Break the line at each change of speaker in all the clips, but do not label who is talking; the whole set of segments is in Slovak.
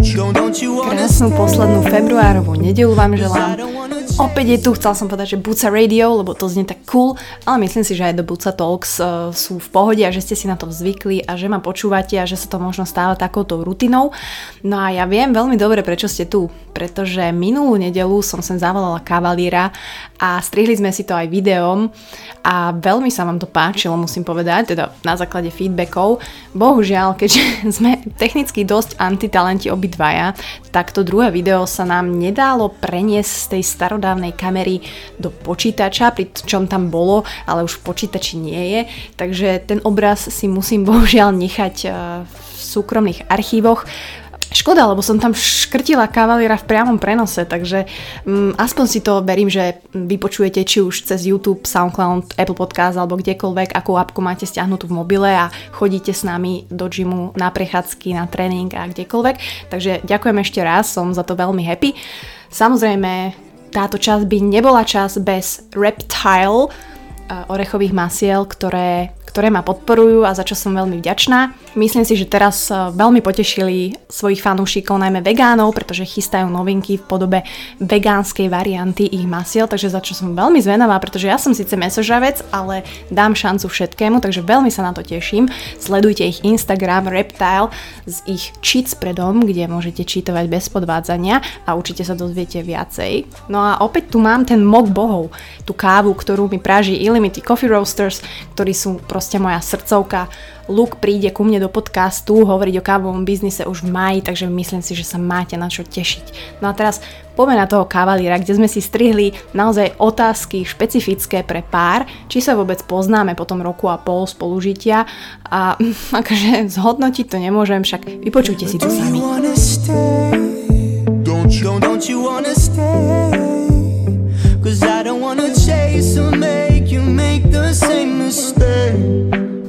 Krásnu poslednú februárovú nedelu vám želám. Opäť je tu, chcela som povedať, že Buca Radio, lebo to znie tak cool, ale myslím si, že aj do Buca Talks uh, sú v pohode a že ste si na to zvykli a že ma počúvate a že sa to možno stáva takouto rutinou. No a ja viem veľmi dobre, prečo ste tu, pretože minulú nedelu som sem zavolala kavalíra a strihli sme si to aj videom a veľmi sa vám to páčilo, musím povedať, teda na základe feedbackov. Bohužiaľ, keďže sme technicky dosť antitalenti obidvaja, tak to druhé video sa nám nedalo preniesť z tej starosti starodávnej kamery do počítača, pri čom tam bolo, ale už v počítači nie je, takže ten obraz si musím bohužiaľ nechať eh, v súkromných archívoch. Škoda, lebo som tam škrtila kavalíra v priamom prenose, takže mm, aspoň si to verím, že vypočujete či už cez YouTube, SoundCloud, Apple Podcast alebo kdekoľvek, akú apku máte stiahnutú v mobile a chodíte s nami do gymu na prechádzky, na tréning a kdekoľvek. Takže ďakujem ešte raz, som za to veľmi happy. Samozrejme, táto časť by nebola čas bez Reptile, eh, orechových masiel, ktoré, ktoré ma podporujú a za čo som veľmi vďačná. Myslím si, že teraz eh, veľmi potešili svojich fanúšikov, najmä vegánov, pretože chystajú novinky v podobe vegánskej varianty ich masiel, takže za čo som veľmi zvenavá, pretože ja som síce mesožravec, ale dám šancu všetkému, takže veľmi sa na to teším. Sledujte ich Instagram Reptile s ich cheat spreadom, kde môžete čítovať bez podvádzania a určite sa dozviete viacej. No a opäť tu mám ten mok bohov, tú kávu, ktorú mi práži Ili Unlimited Coffee Roasters, ktorí sú proste moja srdcovka. Luke príde ku mne do podcastu hovoriť o kávovom biznise už v maji, takže myslím si, že sa máte na čo tešiť. No a teraz poďme na toho kavalíra, kde sme si strihli naozaj otázky špecifické pre pár, či sa vôbec poznáme po tom roku a pol spolužitia a akože zhodnotiť to nemôžem, však vypočujte si to sami. Don't you, don't you wanna stay? Cause I don't wanna chase or make you make the same mistake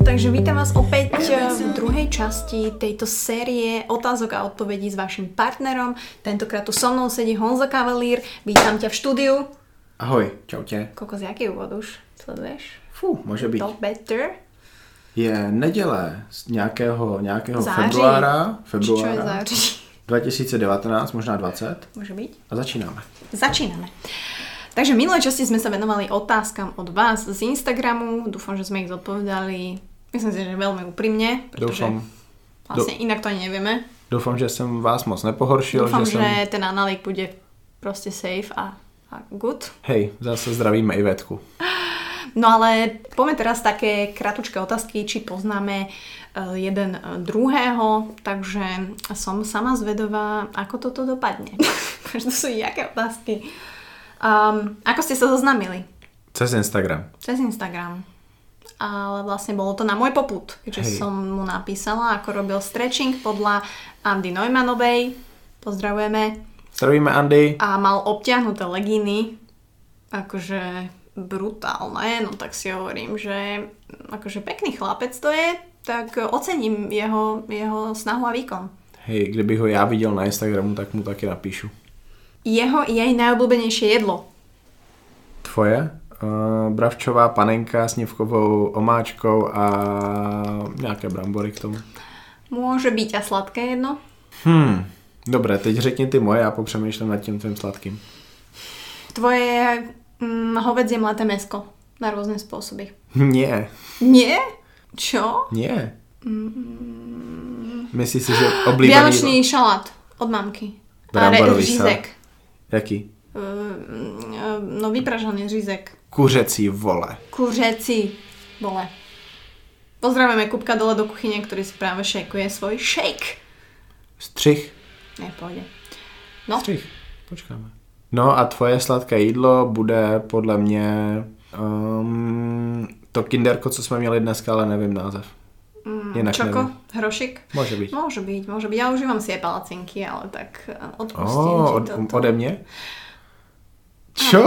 Takže vítam vás opäť eh, v druhej časti tejto série otázok a odpovedí s vašim partnerom. Tentokrát tu so mnou sedí Honza Kavalír. Vítam ťa v štúdiu.
Ahoj, čaute.
Koko, z jaký úvod už sleduješ?
Fú, môže byť.
To better.
Je neděle z nějakého, nějakého září. februára.
Čo
februára.
je září?
2019, možná 20.
Môže byť.
A začínáme.
Začíname. Takže v minulé časti sme sa venovali otázkam od vás z Instagramu. Dúfam, že sme ich zodpovedali. Myslím si, že veľmi úprimne.
Dúfam.
Vlastne Do... inak to ani nevieme.
Dúfam, že som vás moc nepohoršil.
Dúfam,
že,
že
som...
ten analýk bude proste safe a, a good.
Hej, zase zdravíme Ivetku.
No ale poďme teraz také kratučké otázky, či poznáme e, jeden e, druhého, takže som sama zvedová, ako toto dopadne. to sú jaké otázky. Um, ako ste sa zoznamili?
Cez Instagram.
Cez Instagram. Ale vlastne bolo to na môj poput, keďže Hej. som mu napísala, ako robil stretching podľa Andy Neumannovej. Pozdravujeme.
Zdravíme Andy.
A mal obťahnuté legíny. Akože brutálne, no tak si hovorím, že akože pekný chlapec to je, tak ocením jeho, jeho snahu a výkon.
Hej, kdybych ho ja videl na Instagramu, tak mu taky napíšu
jeho jej najobľúbenejšie jedlo?
Tvoje? Uh, bravčová panenka s nevkovou omáčkou a nejaké brambory k tomu.
Môže byť a sladké jedno?
Hmm, dobre, teď řekni ty moje a popřemýšľam nad tím tvým sladkým.
Tvoje hm, hovedzie mladé mesko na rôzne spôsoby.
Nie.
Nie? Čo?
Nie.
Mm.
Myslíš si, že oblíbený...
Vianočný šalát od mamky.
Bramborový
řízek.
Jaký?
Uh, uh, no vypražaný řízek.
Kuřecí vole.
Kuřeci vole. Pozdravujeme Kupka dole do kuchyne, ktorý si práve šejkuje svoj shake.
Střih.
Ne, pôjde. No.
Střih. Počkáme. No a tvoje sladké jídlo bude podle mě um, to kinderko, co jsme měli dneska, ale nevím název.
Mm,
Jinak
čoko? No,
nevím.
Hrošik?
Může být.
Môže byť, môže byť. Ja užívam si aj palacinky, ale tak eh, odpustím
Oh,
ti
od,
toto.
ode mě? Čo?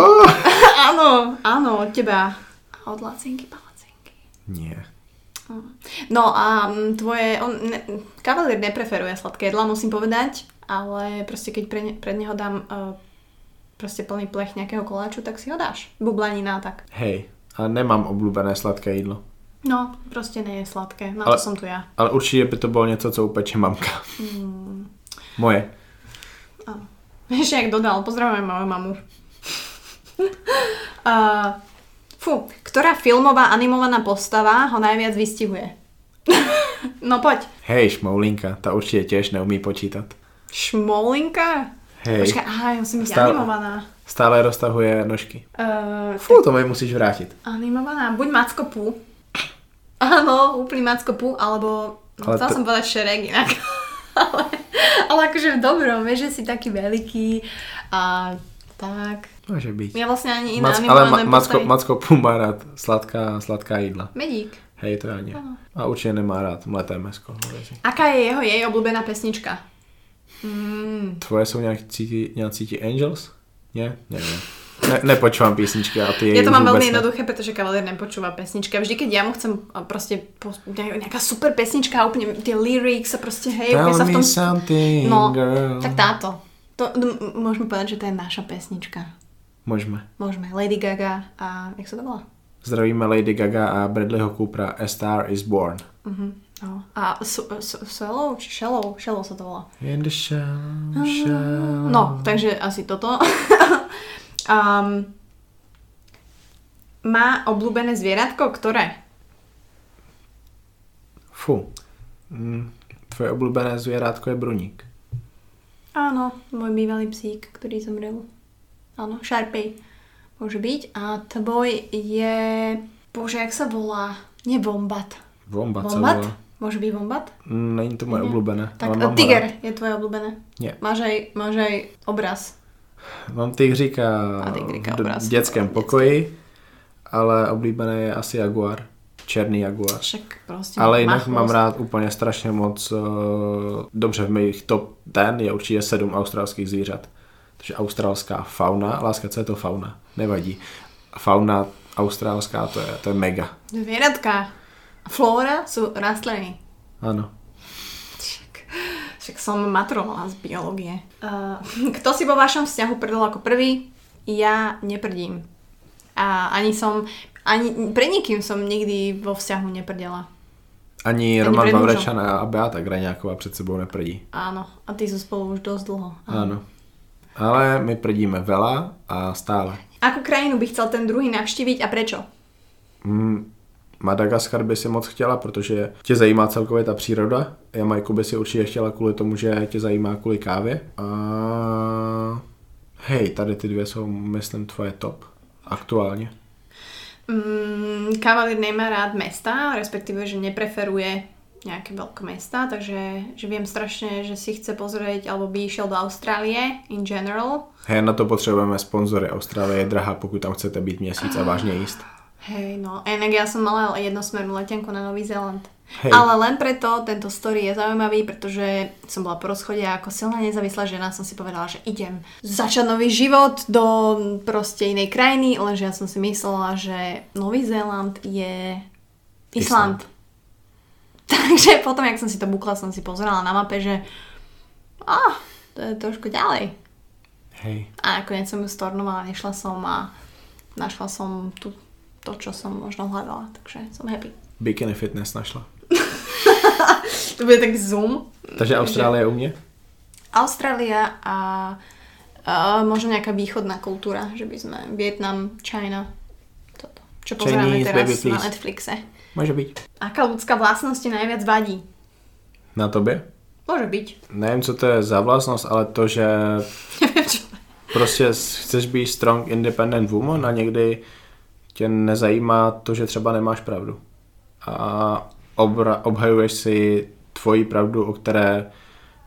Áno, áno, od teba. A od lacinky palacinky.
Nie.
No a mm, tvoje... On, ne, kavalír nepreferuje sladké jedla, musím povedať, ale proste keď pre ne, pred neho dám uh, proste plný plech nejakého koláču, tak si ho dáš. Bublanina a tak.
Hej, a nemám oblúbené sladké jídlo.
No, prostě neje sladké, na
Ale-
to jsem tu já.
Ale určitě by to bylo něco, co upeče mamka.
Mm.
Moje.
Áno. Ešte jak dodal, pozdravujem moju mamu. uh, fú, ktorá filmová animovaná postava ho najviac vystihuje? no poď.
Hej, šmoulinka, ta určitě těž neumí počítat.
Šmoulinka?
Hej,
Počkaj, aha, ja musím byť
Stále-
animovaná.
stále roztahuje nožky.
Uh,
Fú, to mi musíš vrátit.
animovaná, buď Macko Pú. Áno, úplný Macko Pú, alebo...
Ale
Ale chcela
to-
som povedať Šerek inak. ale, ale akože v dobrom, vieš, že si taký veľký a tak.
Může být.
Ja vlastne ani iné
Mac, ale ma,
animované
Macko,
postavy...
Macko Pum má rád sladká, sladká jídla.
Medík.
Hej, to já ne. A určitě nemá rád mleté mesko. hovězí.
Aká je jeho jej obľúbená pesnička? Mm,
Tvoje jsou nějak cíti, nějak cíti Angels? Ne? Nevím. Ne, nepočívám písničky a ty
ja to mám
vůbec
veľmi
ne.
jednoduché, pretože kavalier nepočúva pesnička. Vždy, keď ja mu chcem a proste pos- ne- nejaká super pesnička a úplne tie lyrics a proste hej,
Tell
úplne sa v
me
tom...
something,
No,
girl.
tak táto. To, m- m- môžeme povedať, že to je naša pesnička.
Můžeme.
Môžeme. Lady Gaga a... Jak sa to volá?
Zdravíme Lady Gaga a Bradleyho Coopera A Star is Born.
Mhm. No. A su- su- Shallow? Či Shallow? Shallow sa to volá.
In the
Ah.
shallow, shallow.
No, takže asi toto. um, má obľúbené zvieratko, ktoré?
Fu. Mm, Tvoje oblíbené zvěrátko je bruník.
Áno, môj bývalý psík, ktorý zomrel. Áno, Sharpay. Môže byť. A tvoj je... Bože, jak sa volá? Nie bombat.
Wombat se
Bombat?
volá.
Môže byť bombat?
Mm, Není to moje oblíbené.
Tak
ale
a
mám ho rád.
tiger je tvoje obľúbené.
Nie.
Máš aj, máš aj obraz.
Mám tygříka
A tygříka
v d-
obrázek.
dětském pokoji, ale oblíbené je asi jaguar. Černý jaguar.
Však proste
Ale
má
jinak mám
chvost.
rád úplně strašně moc, eh, dobře v mých top 10 je určitě sedm australských zvířat. Takže australská fauna, láska, co je to fauna? Nevadí. Fauna australská, to je, to je mega.
Zvieratka a flóra sú rastliny.
Ano.
Však, však som maturovala z biológie. Uh, kto si vo vašom vzťahu prdol ako prvý? Ja neprdím. A ani som, ani pre nikým som nikdy vo vzťahu neprdela.
Ani
Ani
Roman
Brandon
Vavrečan a Beata Graňáková před sebou neprdí.
Áno, a ty sú spolu už dosť dlho.
Ano. Ale my prdíme vela a stále.
Akú krajinu by chcel ten druhý navštíviť a prečo?
Mm, Madagaskar by si moc chtěla, protože tě zajímá celkově ta příroda. Jamajku by si určitě chtěla kvůli tomu, že tě zajímá kvůli kávě. A hej, tady ty dvě jsou, myslím, tvoje top. Aktuálně.
Mm, kavalír nemá rád mesta, respektíve, že nepreferuje nejaké veľké mesta, takže že viem strašne, že si chce pozrieť, alebo by išiel do Austrálie in general.
Hej, na to potřebujeme sponzory. Austrálie je drahá, pokud tam chcete být měsíc a vážně jíst.
Hej, no, a inak ja som mala jednosmernú letenku na Nový Zéland.
Hej.
Ale len preto tento story je zaujímavý, pretože som bola po rozchode a ako silná nezávislá žena som si povedala, že idem začať nový život do proste inej krajiny, lenže ja som si myslela, že Nový Zéland je Island.
Island.
Takže potom, jak som si to bukla, som si pozerala na mape, že ah, to je trošku ďalej.
Hej.
A nakoniec som ju stornovala, nešla som a našla som tu to, čo som možno hľadala, takže som happy.
Bikini Fitness našla.
To bude tak zoom.
Takže Austrálie je u mě?
Austrália a, a možno nejaká východná kultúra, že by sme Vietnam, China, toto. Čo pozeráme
Chinese
teraz
baby,
na
please.
Netflixe.
Může být.
Aká ľudská vlastnosť ti najviac vadí?
Na tobě?
Môže byť.
Nevím, co to je za vlastnost, ale to, že
Neviem, čo.
prostě chceš být strong independent woman a někdy tě nezajímá to, že třeba nemáš pravdu. A obra, obhajuješ si tvoji pravdu, o které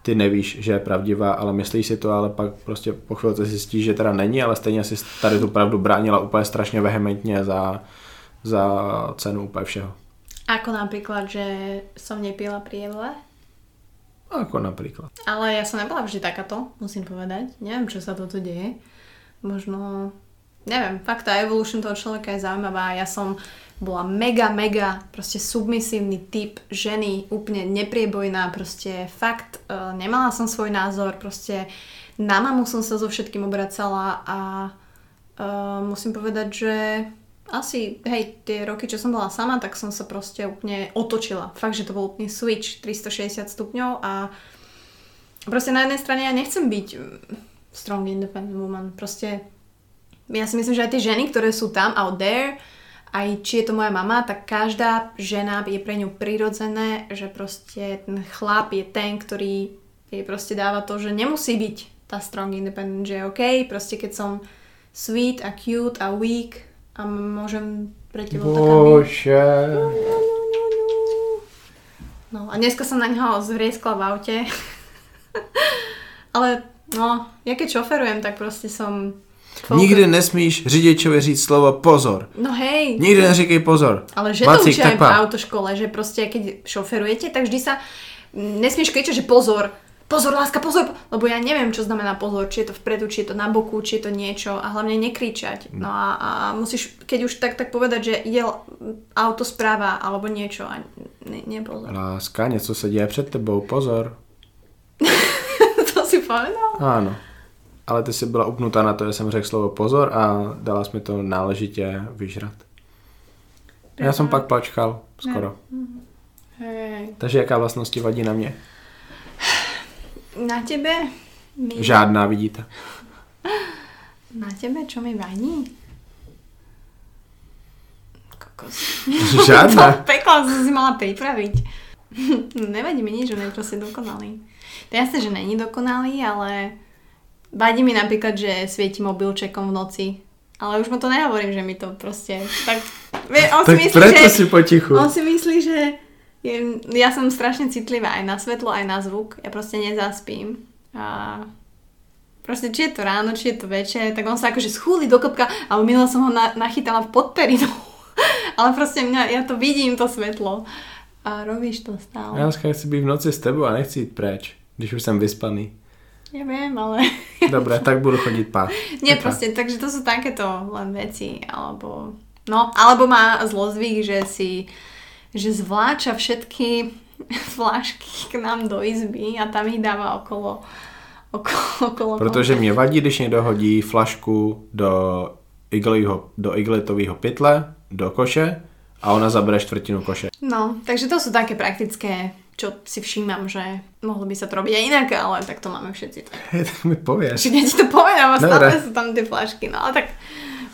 ty nevíš, že je pravdivá, ale myslíš si to, ale pak prostě po chvilce zjistíš, že teda není, ale stejně si tady tu pravdu bránila úplně strašně vehementně za, za cenu úplně všeho.
Ako napríklad, že som nepila pri jedle,
Ako například.
ale ja som nebola vždy takáto, musím povedať. Neviem, čo sa toto deje. Možno, neviem, fakt tá evolution toho človeka je zaujímavá. Ja som bola mega, mega proste submisívny typ ženy, úplne nepriebojná, proste fakt e, nemala som svoj názor, proste na mamu som sa so všetkým obracala a e, musím povedať, že asi, hej, tie roky, čo som bola sama, tak som sa proste úplne otočila. Fakt, že to bol úplný switch 360 stupňov a proste na jednej strane ja nechcem byť mm, strong independent woman. Proste ja si myslím, že aj tie ženy, ktoré sú tam out there, aj či je to moja mama, tak každá žena je pre ňu prirodzené, že proste ten chlap je ten, ktorý jej proste dáva to, že nemusí byť tá strong independent, že je OK, proste keď som sweet a cute a weak a môžem pre
No,
tebou taká byť.
Bože.
No a dneska som na neho zvrieskla v aute. Ale no, ja keď šoferujem, tak proste som...
Nikdy nesmíš řidičovi říct slovo pozor.
No hej.
Nikdy neříkej pozor.
Ale že to učia aj v autoškole, že proste keď šoferujete, tak vždy sa mm, nesmieš kričať, že pozor, pozor, láska, pozor, lebo ja neviem, čo znamená pozor, či je to vpredu, či je to na boku, či je to niečo a hlavne nekričať. No a, a musíš, keď už tak, tak povedať, že ide l- auto správa alebo niečo a ne,
No.
nepozor.
Láska, něco se děje před tebou, pozor.
to si povedal?
Ano. Ale ty jsi byla upnutá na to, že jsem řekl slovo pozor a dala jsi mi to náležitě vyžrat. Já jsem pak plačkal, skoro.
Hej.
Takže jaká vlastnosti vadí na mě?
Na tebe? Mi,
Žádná, vidíte.
na tebe, čo mi vadí? Kokos. To
Žádná.
pekla som si mala pripraviť. Nevadí mi nič, že on je proste dokonalý. To je jasné, že není dokonalý, ale vadí mi napríklad, že svieti mobilčekom v noci. Ale už mu to nehovorím, že mi to proste... Tak, vie- on si
Tak
myslí,
preto
že...
si potichu.
On si myslí, že... Je, ja som strašne citlivá aj na svetlo, aj na zvuk. Ja proste nezaspím. A Proste, či je to ráno, či je to večer, tak on sa akože schúli do kopka, ale minule som ho na, nachytala v podperinu. ale proste mňa, ja to vidím, to svetlo. A robíš to stále. Ja,
Já dneska chci být v noci s tebou a nechci jít pryč, když už jsem vyspaný.
ja viem, ale...
Dobré, tak budu chodit pát.
Nie,
Tak.
proste, takže to sú takéto len veci, alebo... No, alebo má zlozvyk, že si že zvláča všetky vlášky k nám do izby a tam ich dáva okolo okolo, okolo
Protože mě vadí, když někdo hodí flašku do, iglího, do igletového pytle, do koše a ona zabere čtvrtinu koše.
No, takže to sú také praktické, čo si všímam, že mohlo by sa to robiť aj inak, ale tak to máme všetci. tak.
Hej, tak mi pověš.
Čiže ja ti to povedám, a stále
Dobre.
sú tam tie flašky, no ale tak,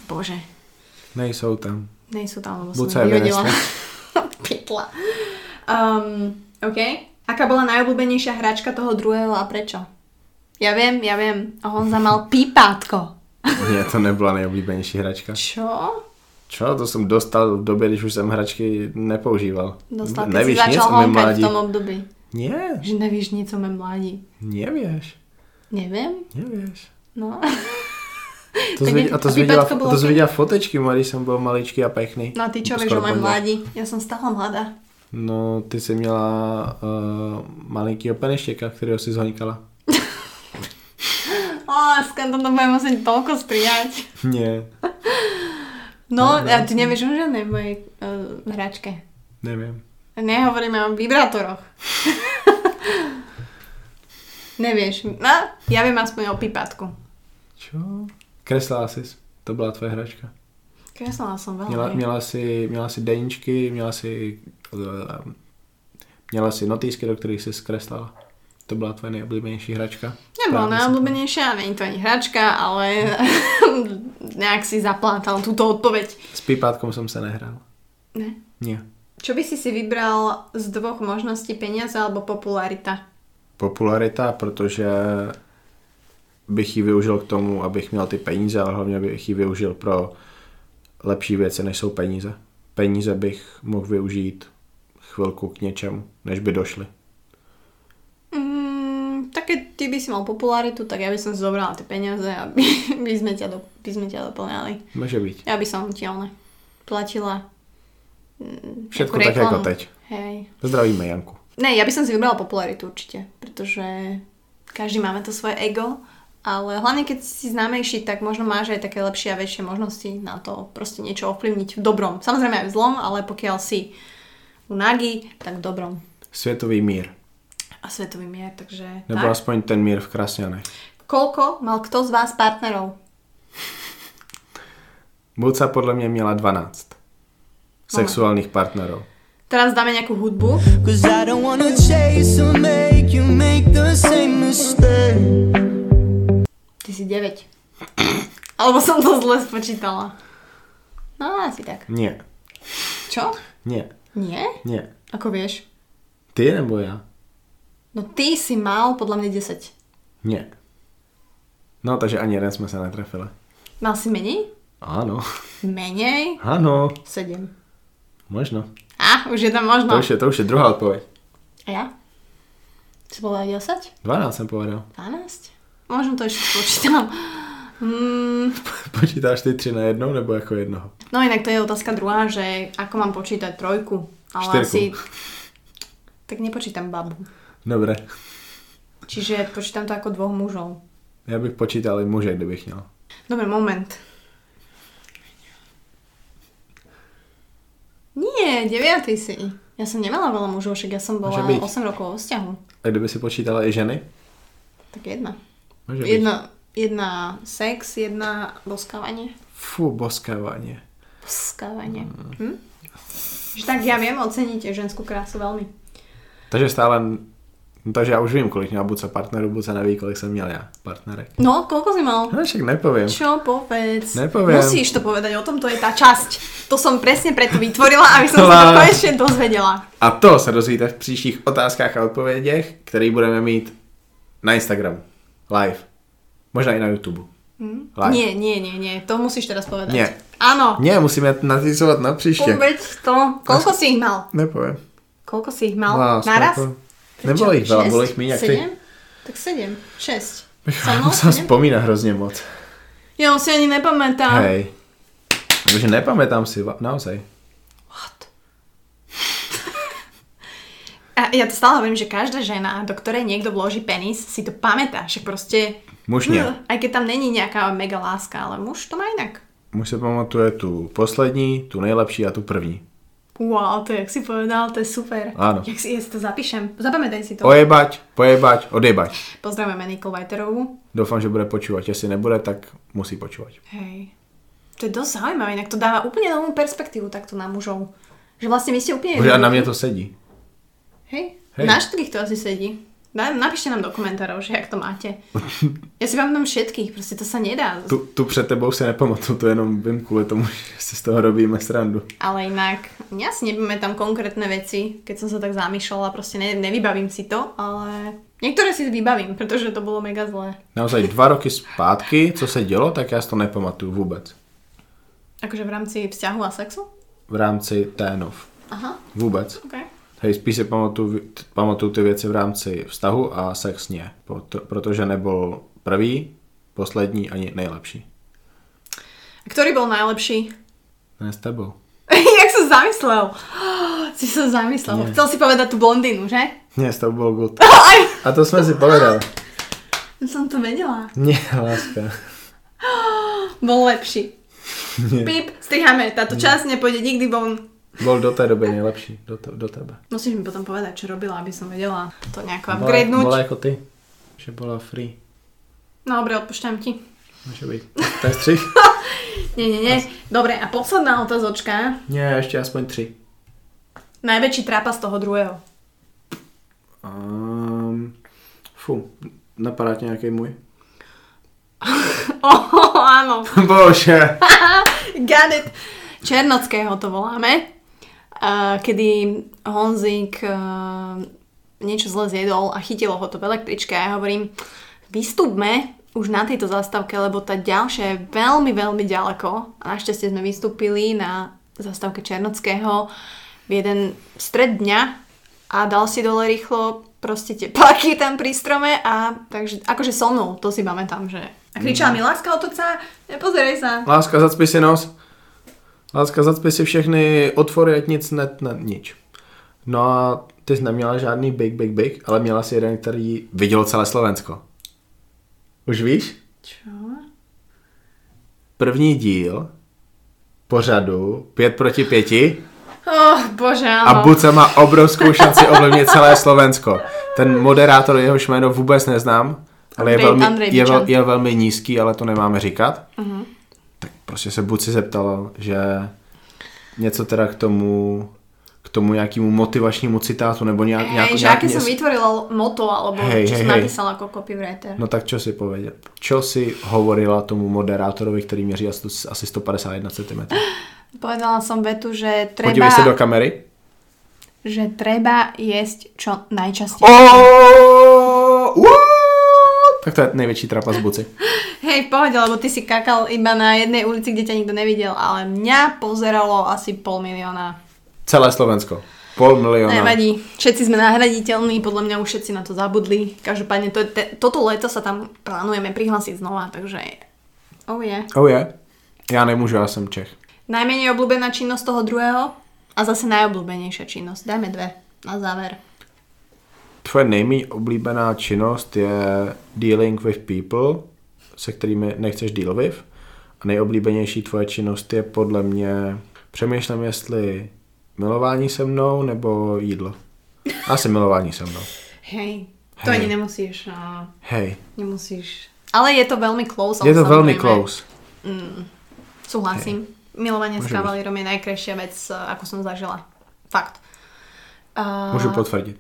bože,
Nejsou tam.
nejsú tam, lebo
Buď sa
som
aj
ich vyhodila.
vynesla.
Pytla. Um, OK. Aká bola najobľúbenejšia hračka toho druhého a prečo? Ja viem, ja viem. A Honza mal pípátko.
Mně to nebyla nejoblíbenější hračka.
Čo?
Čo? To jsem dostal v době, když už jsem hračky nepoužíval.
Dostal, keď si
Nevíš nic
začal
o mém
honkať v
mládí?
tom období.
Nie,
Že nevíš nič o mém mládi.
nevieš,
Neviem.
nevieš.
No.
To
Tak
zvedě,
jak-
a to
a
zvedela,
pipetko bylo
to
ok?
zvedela fotečky, moje, když jsem byl maličký a pěkný.
No a ty čo vieš
Skoro
o mém
podělal.
mládi? Ja som stále mladá.
No, ty jsi měla uh, malinkýho peneštěka, kterého si zhoňkala.
Ó, skandal to budem musieť toľko strihať.
Ne,
No,
No, no.
a ty nevieš o žiadnej mojej uh, hračke.
nevím.
Nehovoríme o vibrátoroch. Nevieš. No, ja viem aspoň o pipátku.
Čo? Kreslila jsi, to byla tvoje hračka.
Kreslala som veľa.
Měla,
Mila,
měla, si, měla si deníčky, měla si, eh, měla si notýsky, do kterých jsi zkreslala. To byla tvoje nejoblíbenější hračka.
Nebola
Správně jsem to-
najobľúbenejšia, není to ani hračka, ale nejak si zaplátal túto odpoveď.
S pípátkom jsem se nehrál.
Ne.
Ne.
Čo by si si vybral z dvoch možností peniaze alebo popularita?
Popularita, protože bych ji využil k tomu, abych měl ty peníze, ale hlavně bych ji využil pro lepší věci, než jsou peníze. Peníze bych mohl využít chvilku k něčemu, než by došly.
Mm, tak keď ty by si mal popularitu, tak ja by som si zobrala tie peniaze, aby by sme ťa, do, by sme ťa doplňali.
Může být.
Ja by som ti ona platila mm,
Všetko
nejakú
tak ako
reklamu.
teď.
Hej.
Zdravíme Janku.
Ne, ja by som si vybrala popularitu určite, pretože každý máme to svoje ego, ale hlavne keď si známejší, tak možno máš aj také lepšie a väčšie možnosti na to proste niečo ovplyvniť v dobrom. Samozrejme aj v zlom, ale pokiaľ si u Nagi, tak v dobrom.
Světový mír.
A svetový mier, takže
Nebo
tak.
aspoň ten mír v Krasňanech.
Koľko mal kto z vás partnerov?
Buca podle mě měla 12 sexuálních partnerov.
Teraz dáme nejakú hudbu.
Cause I don't wanna chase or make you make the same mistake.
Ty si 9. Alebo som to zle spočítala. No, asi tak.
Nie,
Čo?
nie,
Nie?
nie.
Ako vieš?
Ty nebo já?
No ty si mal podľa mňa 10.
Nie. No, takže ani jeden jsme se netrefili.
Mal si menej?
Ano,
Menej?
ano,
7.
možno.
A, už je tam možno.
To už je, to už je druhá odpověď.
A ja? Si bola 10?
12 jsem povedal.
12? Možno to ešte spočítam. Mm,
Počítáš ty tři na jednou nebo jako jednoho?
no inak to je otázka druhá, že ako mám počítať trojku. Ale
Štyrku.
asi... Tak nepočítam babu.
Dobré.
Čiže počítam to ako dvoch mužov.
Já bych počítal i muže, kdybych měl.
Dobre, moment. Nie, 9. si. Ja som nemala veľa mužov, však ja som bola
Môže byť.
8 rokov vo vzťahu.
A kdyby si počítala i ženy?
Tak jedna.
Může být.
Jedna, jedna sex, jedna boskávanie.
Fú, boskávanie.
Boskávanie.
Mm.
Hm? Že tak ja viem oceniť ženskú krásu veľmi.
Takže stále... No, takže já už vím, kolik měla buce partnerů, buce neví, kolik jsem měl já partnerek.
No, koľko si mal?
No však nepoviem.
Čo povedz?
Nepoviem.
Musíš to povedať, o tom to je tá časť. To som presne preto vytvorila, aby som sa to
Lá.
konečne dozvedela.
A to se dozvíte v příštích otázkách a odpovědích, které budeme mít na Instagramu. Live. Možná i na YouTube. Hmm? Live.
Mm. Nie, nie, nie, nie, to musíš teraz povedať.
Nie.
Áno,
Nie, musíme natýcovat na příště.
Uveď to. Koľko si ich mal?
Nepoviem.
Koľko si ich mal?
Lás,
No, Naraz?
nepoviem. Nebolo ich veľa, bolo ich míň jak ty.
Sedem? Tak sedem. Šesť. So mnou
Tam sa
sedem?
spomína hrozně moc.
Ja už si ani nepamätám.
Hej. Takže nepamätám si, va- naozaj.
What? A ja to stále hovorím, že každá žena, do ktorej niekto vloží penis, si to pamätá. Že proste...
Muž nie.
Hm, Aj keď tam není nejaká mega láska, ale muž to má inak.
Muž se pamatuje tu poslední, tu nejlepší a tu první.
Wow, to je, jak si povedal, to je super.
Áno.
Jak si, ja si to zapíšem. Zapamätaj si to.
Ojebať, pojebať, odjebať.
Pozdravujeme Nikol Vajterovú.
Doufám, že bude počúvať. Jestli nebude, tak musí počúvať.
Hej. To je dosť zaujímavé, inak to dáva úplne novú perspektívu takto na mužov. Že vlastne vy ste úplne...
Bože, a na mě to sedí.
Hej. Hej.
Hej.
Na všetkých to asi sedí. Daj, napíšte nám do komentárov, že jak to máte. Ja si pamätám všetkých, proste to sa nedá.
Tu, tu před tebou se nepamatuju, to jenom vím kvůli tomu, že si z toho robíme srandu.
Ale inak, ja si nepamätám konkrétne veci, keď som sa tak zamýšľala, proste ne, nevybavím si to, ale niektoré si vybavím, pretože to bolo mega zlé.
Naozaj dva roky zpátky, co se dělo, tak já si to nepamatuju vůbec.
Akože v rámci vzťahu a sexu?
V rámci ténov.
Aha,
Vůbec.
ok.
Hej, spíš si pamatuju, t- pamatuju ty věci v rámci vztahu a sex ne, proto, protože nebyl prvý, poslední ani nejlepší.
A ktorý bol najlepší?
Ne s tebou.
Jak som zamyslel? Si som zamyslel.
Nie.
Chcel si povedať tú blondínu, že?
Ne, s tebou byl good.
Aj,
A to jsme si povedali.
som to vedela.
Ne, láska.
Bol lepší.
Nie.
Pip, striháme, táto časť nepôjde nikdy von.
Byl do té doby nejlepší, do, te, do tebe.
Musíš mi potom povedať, čo robila, aby som vedela to nejako
Byla, byla
upgradenúť.
jako ty, že byla free.
No dobre, odpúšťam ti.
Může být. To je střih?
Nie, nie, nie. Dobre, a posledná otázočka.
Ne, ještě aspoň tři.
Najväčší trápa z toho druhého.
Um, fu, napadá tě nějaký můj?
Oh, áno.
Bože.
Got it. Černockého to voláme. Uh, kedy Honzík uh, niečo zle zjedol a chytilo ho to v električke a ja hovorím, vystúpme už na tejto zastávke, lebo tá ďalšia je veľmi, veľmi ďaleko. A našťastie sme vystúpili na zastávke Černockého v jeden stred dňa a dal si dole rýchlo proste tie plaky tam pri strome a takže akože so mnou, to si pamätám, že a kričala mi láska otoč sa, nepozeraj sa.
Láska, zacpi si nos. Láska, zacpi si všechny otvory, ať nic net, ne, nič. No a ty jsi neměla žádný big, big, big, ale měla si jeden, který vidělo celé Slovensko. Už víš?
Čo?
První díl pořadu 5 proti 5
Oh, bože,
a
áno.
Buca má obrovskou šanci ovlivnit celé Slovensko. Ten moderátor, jehož jméno vůbec neznám, ale je
Andrej-
velmi,
Andrej
je, vel,
Byčan.
je velmi nízký, ale to nemáme říkat. Tak prostě se Buci zeptala, že něco teda k tomu k tomu nějakému motivačnímu citátu nebo nějak,
Hej,
nějak,
že
nějak
aké som
něco-
vytvorila moto, alebo
Hej,
čo
hej,
som
hej.
napísala ako copywriter.
No tak čo si povedal? Čo si hovorila tomu moderátorovi, který měří asi asi 151 cm?
Povedala som vetu, že
Podívej se do
treba,
kamery.
že treba jesť čo najčastejšie.
Oh! Wow! Tak to je největší trapa z buci.
Hej, v pohode, lebo ty si kakal iba na jednej ulici, kde ťa nikto nevidel, ale mňa pozeralo asi pol milióna.
Celé Slovensko. Pol miliona.
Nevadí, všetci sme nahraditeľní, podľa mňa už všetci na to zabudli. Každopádne to, je te, toto leto sa tam plánujeme prihlásiť znova, takže oh yeah.
Oh je. Já nemůžu, já jsem Čech.
Najmenej obľúbená činnosť toho druhého a zase najobľúbenejšia činnosť. Dajme dve na záver.
Tvoje nejméně oblíbená činnost je dealing with people, se kterými nechceš deal with. A nejoblíbenější tvoje činnost je podle mě, přemýšlím jestli milování se mnou nebo jídlo. Asi milování se mnou.
Hej, to
Hej.
ani nemusíš, no,
Hej,
nemusíš. Ale je to veľmi close.
je to
ale
velmi
samozrejme-
close.
Súhlasím. Milovanie s
Môže byť.
kavalírom je najkrajšia vec, eh, ako som zažila. Fakt. A,
Můžu potvrdit.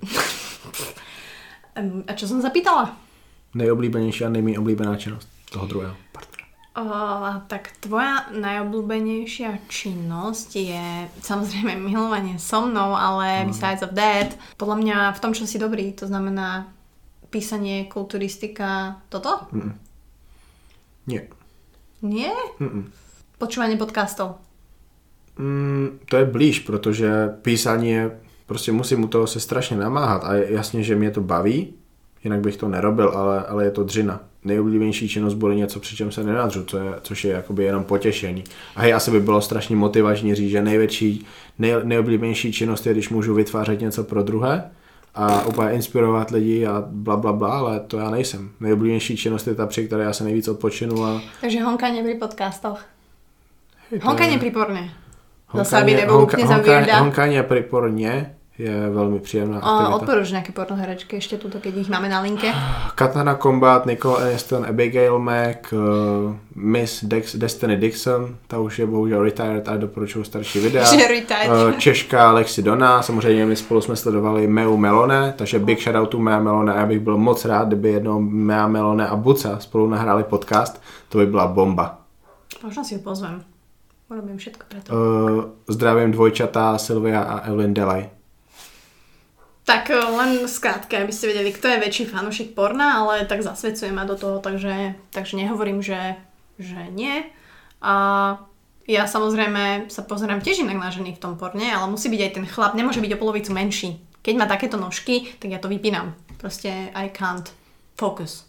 a čo som zapýtala?
Nejoblíbenější a nejméně oblíbená činnost toho druhého.
Uh, tak tvoja najobľúbenejšia činnosť je samozrejme milovanie so mnou,
Mhm.
ale besides of that, podľa mňa v tom, čo si dobrý, to znamená písanie, kulturistika, toto?
Mm. Ne.
Nie?
Mm-mm.
Počúvanie podcastov.
Mm, to je blíž, protože písání je, prostě musím u toho se strašně namáhat a je jasně, že mě to baví, jinak bych to nerobil, ale, ale je to dřina. Nejoblíbenější činnost bude něco, při čem se nenadřu, co je, což je jakoby jenom potěšení. A hej, asi by bylo strašně motivační říct, že největší, nej, nejoblíbenější činnost je, když můžu vytvářet něco pro druhé a úplně inspirovat lidi a bla, bla, bla, ale to já nejsem. Nejoblíbenější činnost je ta, při které já se nejvíc odpočinu a
Takže honkanie pri podcastoch.
hej, to je-
Honkanie pri porne. Zase, aby
Honkání,
nebobukne za weirda.
honkání a priporně je velmi příjemná
Uh,
aktivita.
odporúč nejaké pornoherečky ešte tuto, keď ich máme na linke.
Katana Combat, Nicole Aniston, Abigail Mack, eh, Miss Dex, Destiny Dixon, ta už je bohužel retired a doporučuju starší videa.
Že retired.
Eh, Češka Lexi Dona, samozřejmě my spolu jsme sledovali Meu Melone, takže big shoutout to Mea Melone a já bych byl moc rád, kdyby jednou Mea Melone a Buca spolu nahráli podcast, to by byla bomba.
Možno si ju pozvem. Urobím všetko preto.
Eh, Zdravím dvojčata Silvia a Evelyn Delay.
Tak e, len skrátke, aby ste vedeli, kto je väčší fanúšik porna, ale tak zasvedcuje ma do toho, takže, takže nehovorím, že, že nie. A ja samozrejme sa pozerám tiež inak na ženy v tom porne, ale musí byť aj ten chlap, nemôže byť o polovicu menší. Keď má takéto nožky, tak ja to vypínam. Proste I can't focus.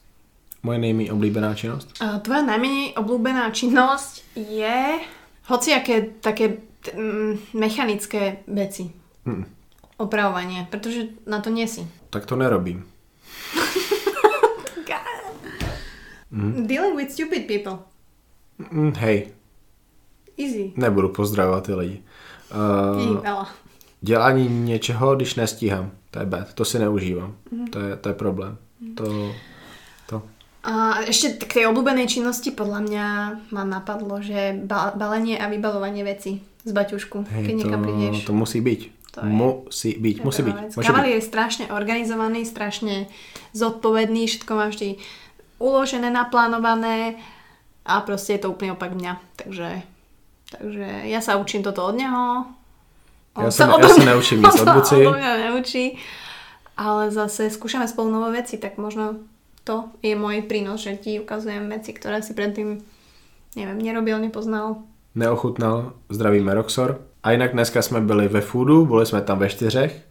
Moje nejmí oblíbená činnost?
A Tvoja najmenej obľúbená činnosť je hociaké také t- mm, mechanické veci.
Mm.
Opravovanie, pretože na to nie si.
Tak to nerobím.
Dealing with stupid people.
Mm, hej,
Easy.
nebudu pozdravovat ty lidi. Uh,
Veľa.
dělání něčeho, když nestíhám, to je bad, to si neužívám,
Hm.
to je, to je problém. To, to.
A ešte k tej obľúbenej činnosti podľa mňa ma napadlo, že ba- balenie a vybalovanie veci z baťušku,
Hej,
keď niekam prídeš.
to, to musí být.
To je-
Musí být, musí být. Může být.
Kavalier je strašne organizovaný, strašne zodpovedný, všetko má vždy uložené, naplánované a proste je to úplne opak mňa. Takže, takže ja sa učím toto od neho.
Ja sa- ja sa neučím nič od Buci.
On mňa neučí. Ale zase skúšame spolu nové veci, tak možno to je môj prínos, že ti ukazujem veci, ktoré si predtým neviem, nerobil, nepoznal.
neochutnal, zdravíme Roxor. A jinak dneska jsme byli ve foodu, byli jsme tam ve čtyřech.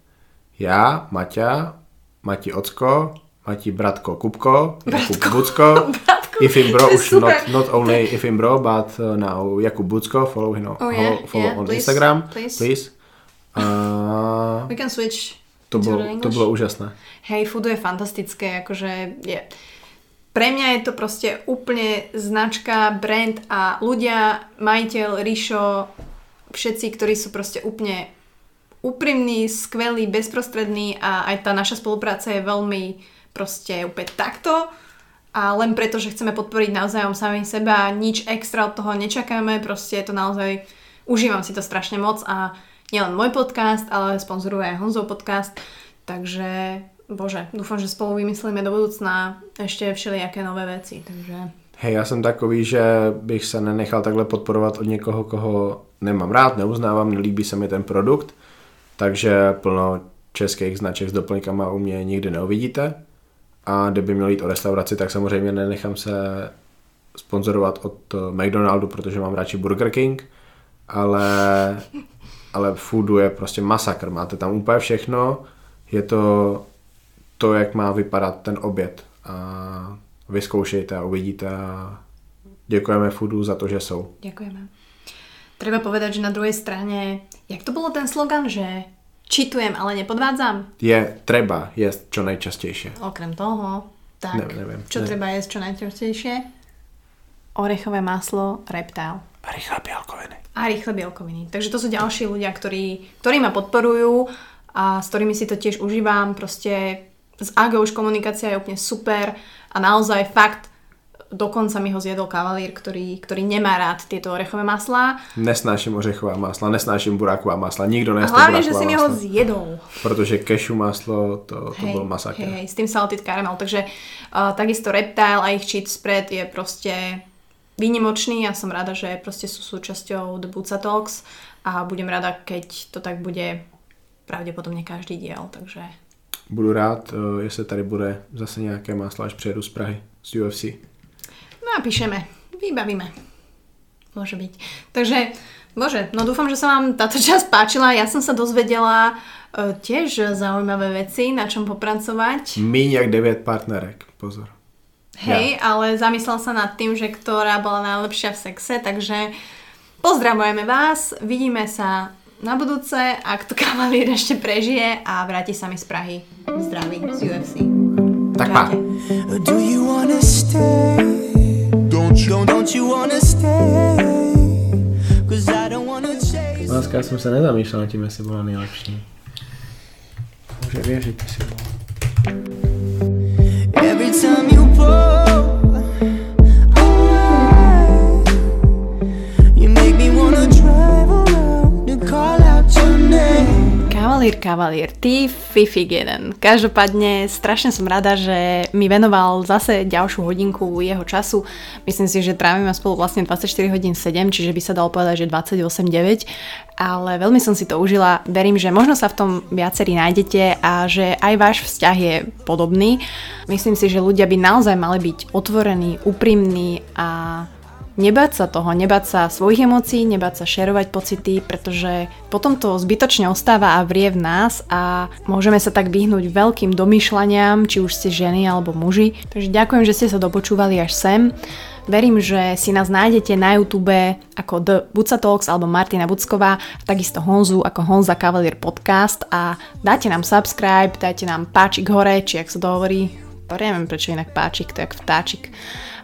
Já, Maťa, Mati Ocko, Mati Bratko Kupko, Jakub Bucko,
Bratko,
If Imbro
to je
už
super.
not, not only If Imbro, but uh, now Jakub Bucko, follow him on,
Oh, yeah,
follow
yeah,
on
please,
Instagram,
please.
please. A
We can switch to
to, bylo,
the
to
English.
bylo úžasné.
Hej, Foodu je fantastické, akože je... Pre mňa je to proste úplne značka, brand a ľudia, majiteľ, Rišo, všetci, ktorí sú proste úplne úprimní, skvelí, bezprostrední a aj tá naša spolupráca je veľmi proste úplne takto
a len preto, že chceme podporiť naozajom sami seba, nič extra od toho nečakáme, proste je to naozaj, užívam si to strašne moc a nielen môj podcast, ale sponzoruje aj Honzov podcast, takže bože, dúfam, že spolu vymyslíme do budúcna ešte všelijaké nové veci, takže
Hej, já jsem takový, že bych se nenechal takhle podporovat od někoho, koho nemám rád, neuznávám, nelíbí se mi ten produkt, takže plno českých značek s doplňkama u mě nikdy neuvidíte. A kdyby měl jít o restauraci, tak samozřejmě nenechám se sponzorovat od eh, McDonaldu, protože mám radši Burger King, ale, ale foodu je prostě masakr. Máte tam úplně všechno, je to to, jak má vypadat ten oběd. A vyzkoušejte a uvidíte. A děkujeme Foodu za to, že jsou.
Ďakujeme. Treba povedať, že na druhej strane, jak to bolo ten slogan, že čitujem, ale nepodvádzam?
Je třeba jest čo nejčastější.
Okrem toho, tak
Ne- neviem.
čo
Ne-
treba jesť čo najčastejšie? Orechové maslo, reptál
A rychle bielkoviny.
a rýchle bielkoviny. Takže to sú ďalší ľudia, ktorí, ktorí ma podporujú a s ktorými si to tiež užívam. Proste s Agou už komunikácia je úplne super a naozaj fakt dokonca mi ho zjedol kavalír, ktorý, ktorý nemá rád tieto orechové maslá.
Nesnáším ořechová másla, nesnáším buráková másla, nikdo
A
nesnáší
hlavne, že
buráková
si mi ho
másla.
zjedol.
Protože kešu máslo, to, to byl masakr.
Hej, hej, s tým salted caramel. Takže uh, takisto Reptile a ich cheat spread je proste výnimočný a som rada, že proste sú súčasťou The Buca Talks a budem rada, keď to tak bude pravdepodobne každý diel, takže
Budu rád, eh, jestli tady bude zase nějaké máslo, až přijedu z Prahy, z UFC.
napíšeme, no vybavíme. Môže byť. Takže, bože, no dúfam, že sa vám táto časť páčila. Ja som sa dozvedela e, tiež zaujímavé veci, na čom popracovať.
Míň jak 9 partnerek, pozor.
Hej, ale zamyslel sa nad tým, že ktorá bola najlepšia v sexe, takže pozdravujeme vás, vidíme sa na budúce, ak to kavalír ešte prežije a vráti sa mi z Prahy. Zdraví z UFC.
Tak pa.
Čaute.
Or do you wanna stay? Don't you? Don't, don't you wanna stay? Cause I don't wanna chase.
Láska, já jsem se nezamýšlel nad tím, jestli byla nejlepší. Může věřit, ty si byla.
Every time you pull away, you make me wanna drive around and call out your name.
Kavalír, kavalír, ty fifik jeden. Každopádne strašne som rada, že mi venoval zase ďalšiu hodinku jeho času. Myslím si, že trávime spolu vlastne 24 hodín 7, čiže by sa dalo povedať, že 28-9. Ale veľmi som si to užila. Verím, že možno sa v tom viacerí nájdete a že aj váš vzťah je podobný. Myslím si, že ľudia by naozaj mali byť otvorení, úprimní a Nebáť sa toho, nebáť sa svojich emócií, nebáť sa šerovať pocity, pretože potom to zbytočne ostáva a vrie v nás a môžeme sa tak vyhnúť veľkým domýšľaniam, či už ste ženy alebo muži. Takže ďakujem, že ste sa dopočúvali až sem. Verím, že si nás nájdete na YouTube ako The Buca Talks alebo Martina Bucková, takisto Honzu ako Honza Cavalier Podcast a dáte nám subscribe, dajte nám páčik hore, či ak sa to hovorí, to neviem prečo inak páčik, to je jak vtáčik.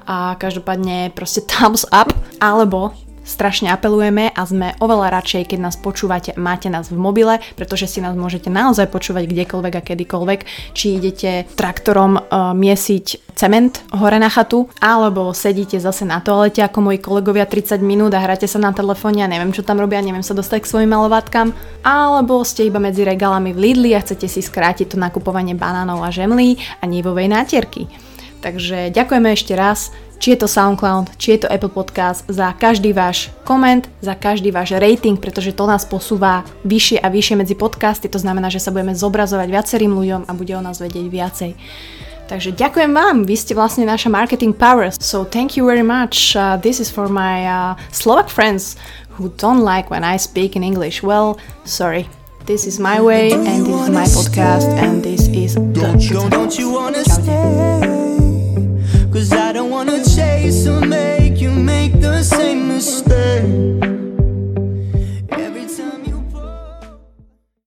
A každopádne proste thumbs up, alebo strašne apelujeme a sme oveľa radšej, keď nás počúvate, a máte nás v mobile, pretože si nás môžete naozaj počúvať kdekoľvek a kedykoľvek, či idete traktorom e, miesiť cement hore na chatu, alebo sedíte zase na toalete ako moji kolegovia 30 minút a hráte sa na telefóne a neviem čo tam robia, neviem sa dostať k svojim malovátkam, alebo ste iba medzi regálami v Lidli a chcete si skrátiť to nakupovanie banánov a žemlí a nívovej nátierky. Takže ďakujeme ešte raz, či je to SoundCloud, či je to Apple Podcast, za každý váš koment, za každý váš rating, pretože to nás posúva vyššie a vyššie medzi podcasty, to znamená, že sa budeme zobrazovať viacerým ľuďom a bude o nás vedieť viacej. Takže ďakujem vám, vy ste vlastne naša marketing power. So thank you very much. Uh, this is for my uh, Slovak friends who don't like when I speak in English. Well, sorry. This is my way and this is my podcast and this is the
Don't, don't you wanna stay? Cause I don't wanna chase or make